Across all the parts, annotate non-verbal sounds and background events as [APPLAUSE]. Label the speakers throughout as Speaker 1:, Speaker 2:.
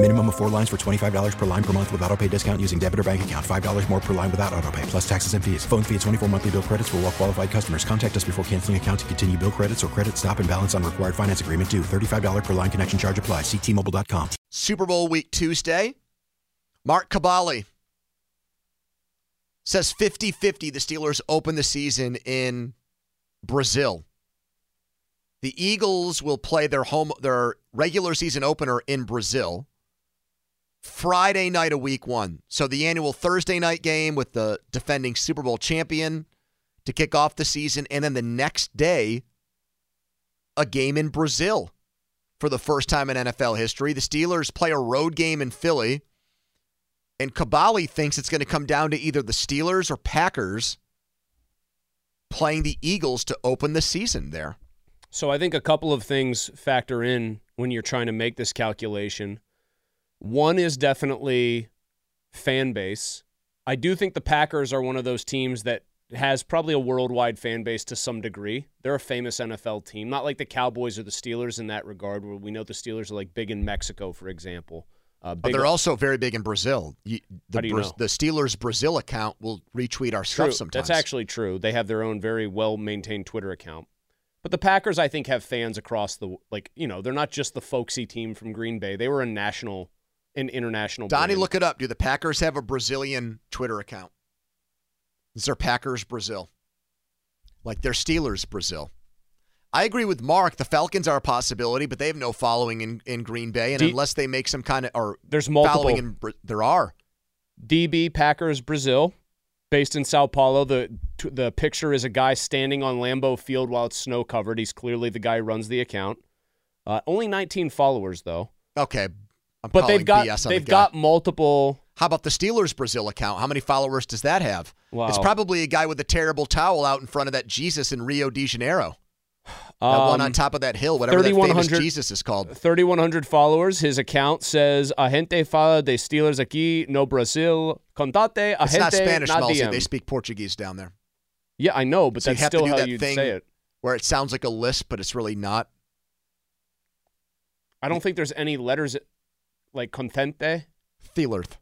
Speaker 1: Minimum of four lines for $25 per line per month with auto pay discount using debit or bank account. $5 more per line without auto pay, plus taxes and fees. Phone fee at 24 monthly bill credits for all well qualified customers. Contact us before canceling account to continue bill credits or credit stop and balance on required finance agreement due. $35 per line connection charge applies. Ctmobile.com.
Speaker 2: Super Bowl week Tuesday. Mark Cabali says 50 50 the Steelers open the season in Brazil. The Eagles will play their home their regular season opener in Brazil Friday night of week 1. So the annual Thursday night game with the defending Super Bowl champion to kick off the season and then the next day a game in Brazil for the first time in NFL history. The Steelers play a road game in Philly, and Kabali thinks it's going to come down to either the Steelers or Packers playing the Eagles to open the season there.
Speaker 3: So I think a couple of things factor in when you're trying to make this calculation. One is definitely fan base. I do think the Packers are one of those teams that has probably a worldwide fan base to some degree. They're a famous NFL team, not like the Cowboys or the Steelers in that regard, where we know the Steelers are like big in Mexico, for example. Uh,
Speaker 2: But
Speaker 3: big
Speaker 2: they're also very big in Brazil. You, the,
Speaker 3: How do you
Speaker 2: Braz-
Speaker 3: know?
Speaker 2: the Steelers Brazil account will retweet our
Speaker 3: True.
Speaker 2: stuff sometimes.
Speaker 3: That's actually true. They have their own very well maintained Twitter account. But the Packers, I think, have fans across the like. You know, they're not just the folksy team from Green Bay. They were a national, an international.
Speaker 2: Donnie,
Speaker 3: brand.
Speaker 2: look it up. Do the Packers have a Brazilian Twitter account? Is there Packers Brazil? Like they're Steelers Brazil. I agree with Mark. The Falcons are a possibility, but they have no following in, in Green Bay, and
Speaker 3: Do-
Speaker 2: unless they make some kind of or
Speaker 3: There's multiple-
Speaker 2: following in Bra- there are.
Speaker 3: DB Packers Brazil, based in Sao Paulo. The t- the picture is a guy standing on Lambeau Field while it's snow covered. He's clearly the guy who runs the account. Uh, only 19 followers though,
Speaker 2: Okay, I'm
Speaker 3: but
Speaker 2: calling
Speaker 3: they've got
Speaker 2: BS on the
Speaker 3: they've
Speaker 2: guy.
Speaker 3: got multiple.
Speaker 2: How about the Steelers Brazil account? How many followers does that have?
Speaker 3: Wow.
Speaker 2: It's probably a guy with a terrible towel out in front of that Jesus in Rio de Janeiro. That one
Speaker 3: um,
Speaker 2: on top of that hill, whatever that famous
Speaker 3: 3,100
Speaker 2: Jesus is called.
Speaker 3: 3,100 followers. His account says, A gente fala de Steelers aquí, no Brazil. Contate, a
Speaker 2: It's not
Speaker 3: gente,
Speaker 2: Spanish,
Speaker 3: not
Speaker 2: Malsey.
Speaker 3: DM."
Speaker 2: They speak Portuguese down there.
Speaker 3: Yeah, I know, but
Speaker 2: So you
Speaker 3: that's
Speaker 2: have to
Speaker 3: still
Speaker 2: do
Speaker 3: how
Speaker 2: that
Speaker 3: you'd
Speaker 2: thing-
Speaker 3: say it.
Speaker 2: where it sounds like a lisp, but it's really not.
Speaker 3: I don't think there's any letters like contente,
Speaker 2: Thielerth.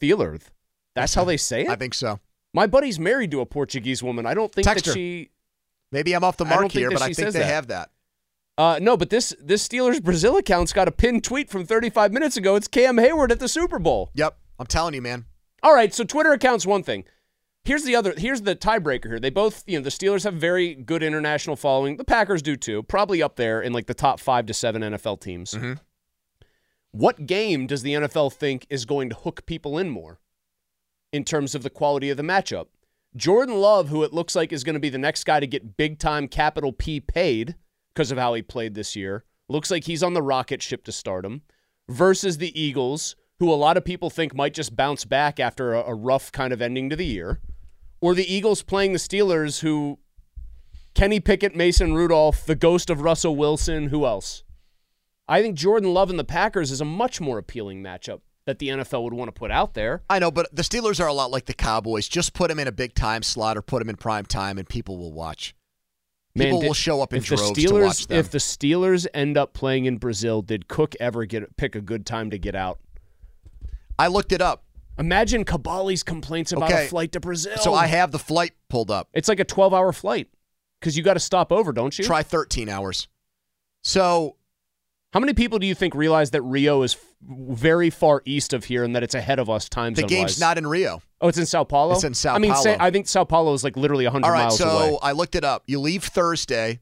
Speaker 3: Steelers. That's how they say it?
Speaker 2: I think so.
Speaker 3: My buddy's married to a Portuguese woman. I don't think
Speaker 2: Text her.
Speaker 3: that she.
Speaker 2: Maybe I'm off the
Speaker 3: I don't
Speaker 2: mark
Speaker 3: think
Speaker 2: here,
Speaker 3: that
Speaker 2: but I
Speaker 3: she
Speaker 2: think
Speaker 3: says
Speaker 2: they
Speaker 3: that.
Speaker 2: have that.
Speaker 3: Uh, no, but this this Steelers Brazil account's got a pinned tweet from 35 minutes ago. It's Cam Hayward at the Super Bowl.
Speaker 2: Yep. I'm telling you, man.
Speaker 3: All right, so Twitter account's one thing. Here's the other. Here's the tiebreaker here. They both, you know, the Steelers have very good international following. The Packers do too, probably up there in like the top five to seven NFL teams.
Speaker 2: Mhm.
Speaker 3: What game does the NFL think is going to hook people in more in terms of the quality of the matchup? Jordan Love, who it looks like is going to be the next guy to get big time capital P paid because of how he played this year, looks like he's on the rocket ship to stardom versus the Eagles, who a lot of people think might just bounce back after a, a rough kind of ending to the year, or the Eagles playing the Steelers, who Kenny Pickett, Mason Rudolph, the ghost of Russell Wilson, who else? I think Jordan Love and the Packers is a much more appealing matchup that the NFL would want to put out there.
Speaker 2: I know, but the Steelers are a lot like the Cowboys. Just put them in a big time slot or put them in prime time, and people will watch. People
Speaker 3: did-
Speaker 2: will show up in
Speaker 3: if the
Speaker 2: droves
Speaker 3: Steelers,
Speaker 2: to watch them.
Speaker 3: If the Steelers end up playing in Brazil, did Cook ever get pick a good time to get out?
Speaker 2: I looked it up,
Speaker 3: Imagine Kabali's complaints about
Speaker 2: Okay.
Speaker 3: a flight to Brazil.
Speaker 2: so I have the flight pulled up.
Speaker 3: It's like a 12 hour flight because you got to stop over, don't you?
Speaker 2: Try 13 hours. So
Speaker 3: How many people do you think realize that Rio is f- very far east of here and that it's ahead of us time
Speaker 2: the
Speaker 3: zone
Speaker 2: game's
Speaker 3: wise?
Speaker 2: not in Rio.
Speaker 3: Oh, it's in Sao Paulo?
Speaker 2: It's in Sao
Speaker 3: I mean, Sa-
Speaker 2: Paulo.
Speaker 3: I think Sao Paulo is like literally 100
Speaker 2: All right,
Speaker 3: miles
Speaker 2: so
Speaker 3: away.
Speaker 2: I looked it up. You leave Thursday,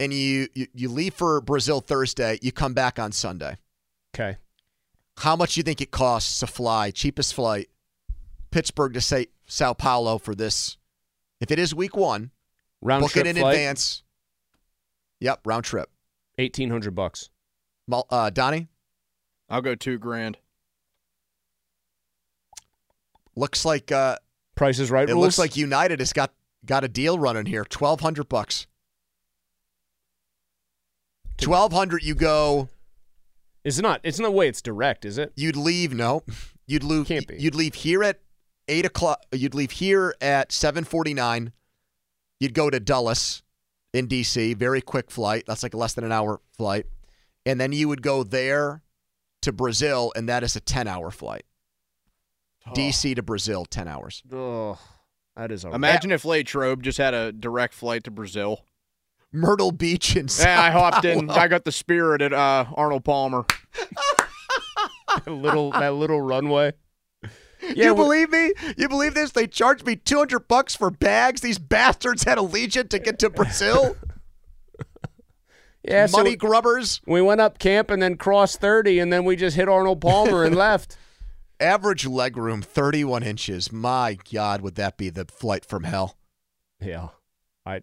Speaker 2: and you, you you leave for Brazil Thursday. You come back on Sunday.
Speaker 3: Okay.
Speaker 2: How much do you think it costs to fly, cheapest flight, Pittsburgh to say Sao Paulo for this? If it is week one,
Speaker 3: Round
Speaker 2: book
Speaker 3: trip
Speaker 2: it in
Speaker 3: flight,
Speaker 2: advance. Yep, round trip.
Speaker 3: eighteen hundred bucks.
Speaker 2: Mul- Uh, Donnie,
Speaker 4: I'll go two grand.
Speaker 2: looks like uh,
Speaker 3: Price is right.
Speaker 2: it
Speaker 3: rules.
Speaker 2: looks like United has got got a deal running here. Twelve hundred bucks. Twelve hundred, you go.
Speaker 3: it's not. It's no way. It's direct, is it?
Speaker 2: You'd leave.
Speaker 3: [LAUGHS]
Speaker 2: No, you'd leave.
Speaker 3: Can't be.
Speaker 2: You'd leave here at eight o'clock. You'd leave here at seven forty-nine. You'd go to Dulles in D.C. Very quick flight. That's like less than an hour flight, and then you would go there to Brazil, and that is a ten-hour flight.
Speaker 3: Oh.
Speaker 2: D.C. to Brazil, ten hours.
Speaker 3: Ugh, that is a
Speaker 4: Imagine
Speaker 2: [LAUGHS]
Speaker 4: if Latrobe just had a direct flight to Brazil.
Speaker 2: Myrtle Beach and
Speaker 4: Yeah, I hopped in. I got the spirit at uh, Arnold Palmer.
Speaker 3: that little that little runway.
Speaker 2: you
Speaker 3: we-
Speaker 2: believe me? You believe this? They charged me 200 bucks for bags. These bastards had Allegiant to get to Brazil.
Speaker 3: [LAUGHS] yeah. so
Speaker 2: Money grubbers.
Speaker 3: we went up camp and then crossed thirty, and then we just hit Arnold
Speaker 2: [LAUGHS]
Speaker 3: Palmer and left.
Speaker 2: Average leg room, 31 inches. My God, would that be the flight from hell?
Speaker 3: Yeah. I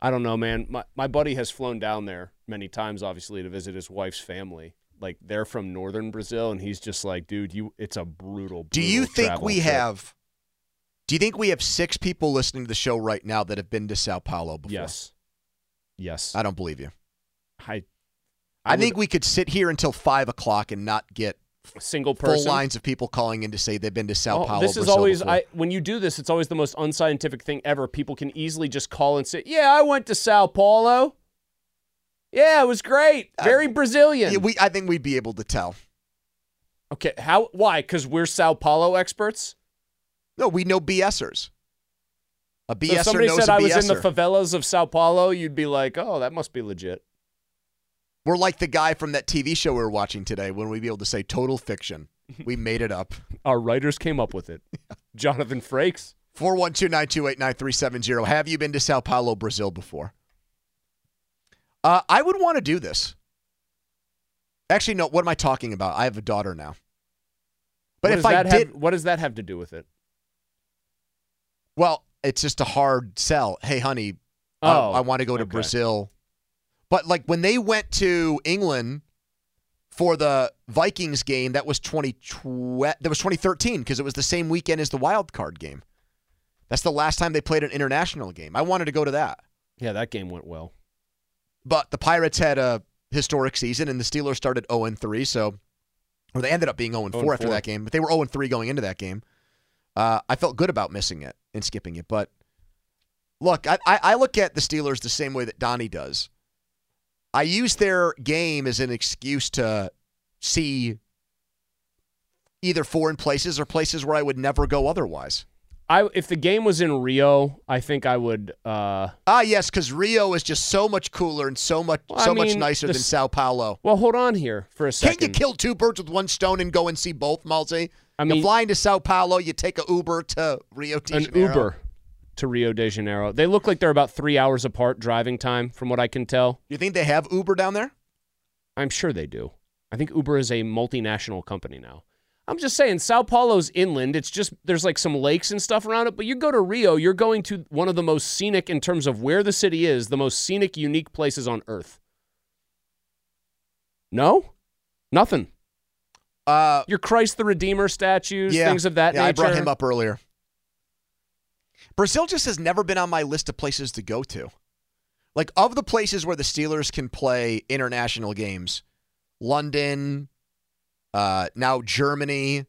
Speaker 3: I don't know, man. My my buddy has flown down there many times obviously to visit his wife's family. Like they're from northern Brazil and he's just like, dude, you it's a brutal, brutal
Speaker 2: Do you think
Speaker 3: travel
Speaker 2: we
Speaker 3: trip.
Speaker 2: have? Do you think we have six people listening to the show right now that have been to Sao Paulo before?
Speaker 3: Yes. Yes.
Speaker 2: I don't believe you.
Speaker 3: I
Speaker 2: I, think we could sit here until five o'clock and not get
Speaker 3: we single
Speaker 2: full
Speaker 3: person
Speaker 2: lines of people calling in to say they've been to Sao
Speaker 3: Oh,
Speaker 2: Paulo.
Speaker 3: this is
Speaker 2: Brazil
Speaker 3: always
Speaker 2: before.
Speaker 3: I when you do this, it's always the most unscientific thing ever. People can easily just call and say, "Yeah, I went to Sao Paulo. Yeah, it was great. Very Brazilian."
Speaker 2: Yeah, we, I think we'd be able to tell.
Speaker 3: okay, how? Why? Because we're Sao Paulo experts.
Speaker 2: No, we know BSers. A
Speaker 3: So
Speaker 2: BSer
Speaker 3: if somebody
Speaker 2: knows
Speaker 3: said
Speaker 2: a er.
Speaker 3: I was in the
Speaker 2: BSer.
Speaker 3: favelas of Sao Paulo, you'd be like, "Oh, that must be legit."
Speaker 2: we're like the guy from that TV show we were watching today when we be able to say total
Speaker 3: [LAUGHS]
Speaker 2: fiction. We made it up.
Speaker 3: Our writers came up
Speaker 2: [LAUGHS]
Speaker 3: with it. Jonathan Frakes.
Speaker 2: 412-928-9370. Have you been to Sao Paulo, Brazil before? Uh, I would want to do this. Actually, no, what am I talking about? I have a daughter now. But if
Speaker 3: What does
Speaker 2: I
Speaker 3: that
Speaker 2: did,
Speaker 3: have, what does that have to do with it?
Speaker 2: well, it's just a hard sell. Hey, honey,
Speaker 3: Oh,
Speaker 2: I, want to go to
Speaker 3: okay.
Speaker 2: Brazil. But like when they went to England for the Vikings game, that was 2012, that was 2013 because it was the same weekend as the wild card game. That's the last time they played an international game. I wanted to go to that.
Speaker 3: Yeah, that game went well.
Speaker 2: But the Pirates had a historic season and the Steelers started 0 3, so or they ended up being 0 4 after
Speaker 3: 0-4.
Speaker 2: that game, but they were 0 3 going into that game. Uh, I felt good about missing it and skipping it, but look, I, I, I look at the Steelers the same way that Donnie does. I use their game as an excuse to see either foreign places or places where I would never go otherwise.
Speaker 3: I if the game was in Rio, I think I would. Uh,
Speaker 2: Ah, yes, because Rio is just so much cooler and so much
Speaker 3: Well, I
Speaker 2: so much
Speaker 3: mean,
Speaker 2: nicer
Speaker 3: the
Speaker 2: than
Speaker 3: s-
Speaker 2: Sao Paulo.
Speaker 3: well, hold on here for a second.
Speaker 2: Can't you kill two birds with one stone and go and see both, Malzi?
Speaker 3: I
Speaker 2: You're
Speaker 3: mean,
Speaker 2: flying to Sao Paulo, you take a Uber to Rio de
Speaker 3: an
Speaker 2: Janeiro.
Speaker 3: Uber to Rio de Janeiro. They look like they're about three hours apart driving time, from what I can tell.
Speaker 2: You think they have Uber down there?
Speaker 3: I'm sure they do. I think Uber is a multinational company now. I'm just saying, Sao Paulo's inland. It's just there's like some lakes and stuff around it. But you go to Rio, you're going to one of the most scenic in terms of where the city is, the most scenic, unique places on earth. No, nothing.
Speaker 2: Uh,
Speaker 3: Your Christ the Redeemer statues,
Speaker 2: yeah,
Speaker 3: things of that
Speaker 2: yeah,
Speaker 3: nature.
Speaker 2: I brought him up earlier. Brazil just has never been on my list of places to go to. Like of the places where the Steelers can play international games, London, uh, now Germany.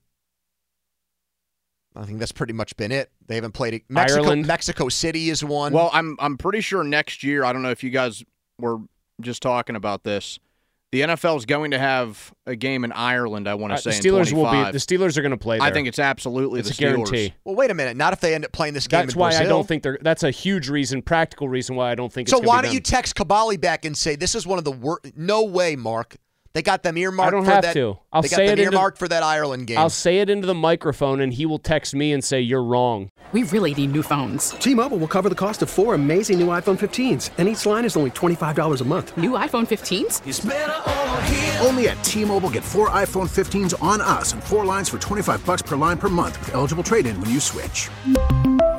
Speaker 2: I think that's pretty much been it. They haven't played it. Mexico,
Speaker 3: Ireland.
Speaker 2: Mexico City is one.
Speaker 4: Well, I'm I'm pretty sure next year. I don't know if you guys were just talking about this. The NFL is going to have a game in Ireland. I want
Speaker 3: Uh,
Speaker 4: to
Speaker 3: the
Speaker 4: say in
Speaker 3: Steelers will be.
Speaker 4: 25.
Speaker 3: The Steelers are going to play. There.
Speaker 4: I think it's absolutely
Speaker 3: it's
Speaker 4: the
Speaker 3: a guarantee.
Speaker 4: Steelers.
Speaker 2: Well, wait a minute. Not if they end up playing this game.
Speaker 3: That's
Speaker 2: in
Speaker 3: why I
Speaker 2: Brazil.
Speaker 3: don't think they're. That's a huge reason, practical reason why I don't think.
Speaker 2: So
Speaker 3: it's gonna
Speaker 2: why
Speaker 3: be
Speaker 2: don't you
Speaker 3: them.
Speaker 2: text Kabali back and say this is one of the worst? No way, Mark.
Speaker 5: They got them earmarked.
Speaker 3: I don't
Speaker 5: for
Speaker 3: have
Speaker 5: that,
Speaker 3: to. I'll
Speaker 5: they
Speaker 3: say
Speaker 5: got
Speaker 3: it
Speaker 5: them
Speaker 3: into-
Speaker 5: earmarked for that Ireland game.
Speaker 3: I'll say it into the microphone, and he will text me and say, You're wrong.
Speaker 6: We really need new phones.
Speaker 7: T-Mobile will cover the cost of four amazing new iPhone 15s, and each line is only $25 a month.
Speaker 6: New iPhone 15s?
Speaker 8: Only at T-Mobile get four iPhone 15s on us and four lines for 25 bucks per line per month with eligible trade-in when you switch.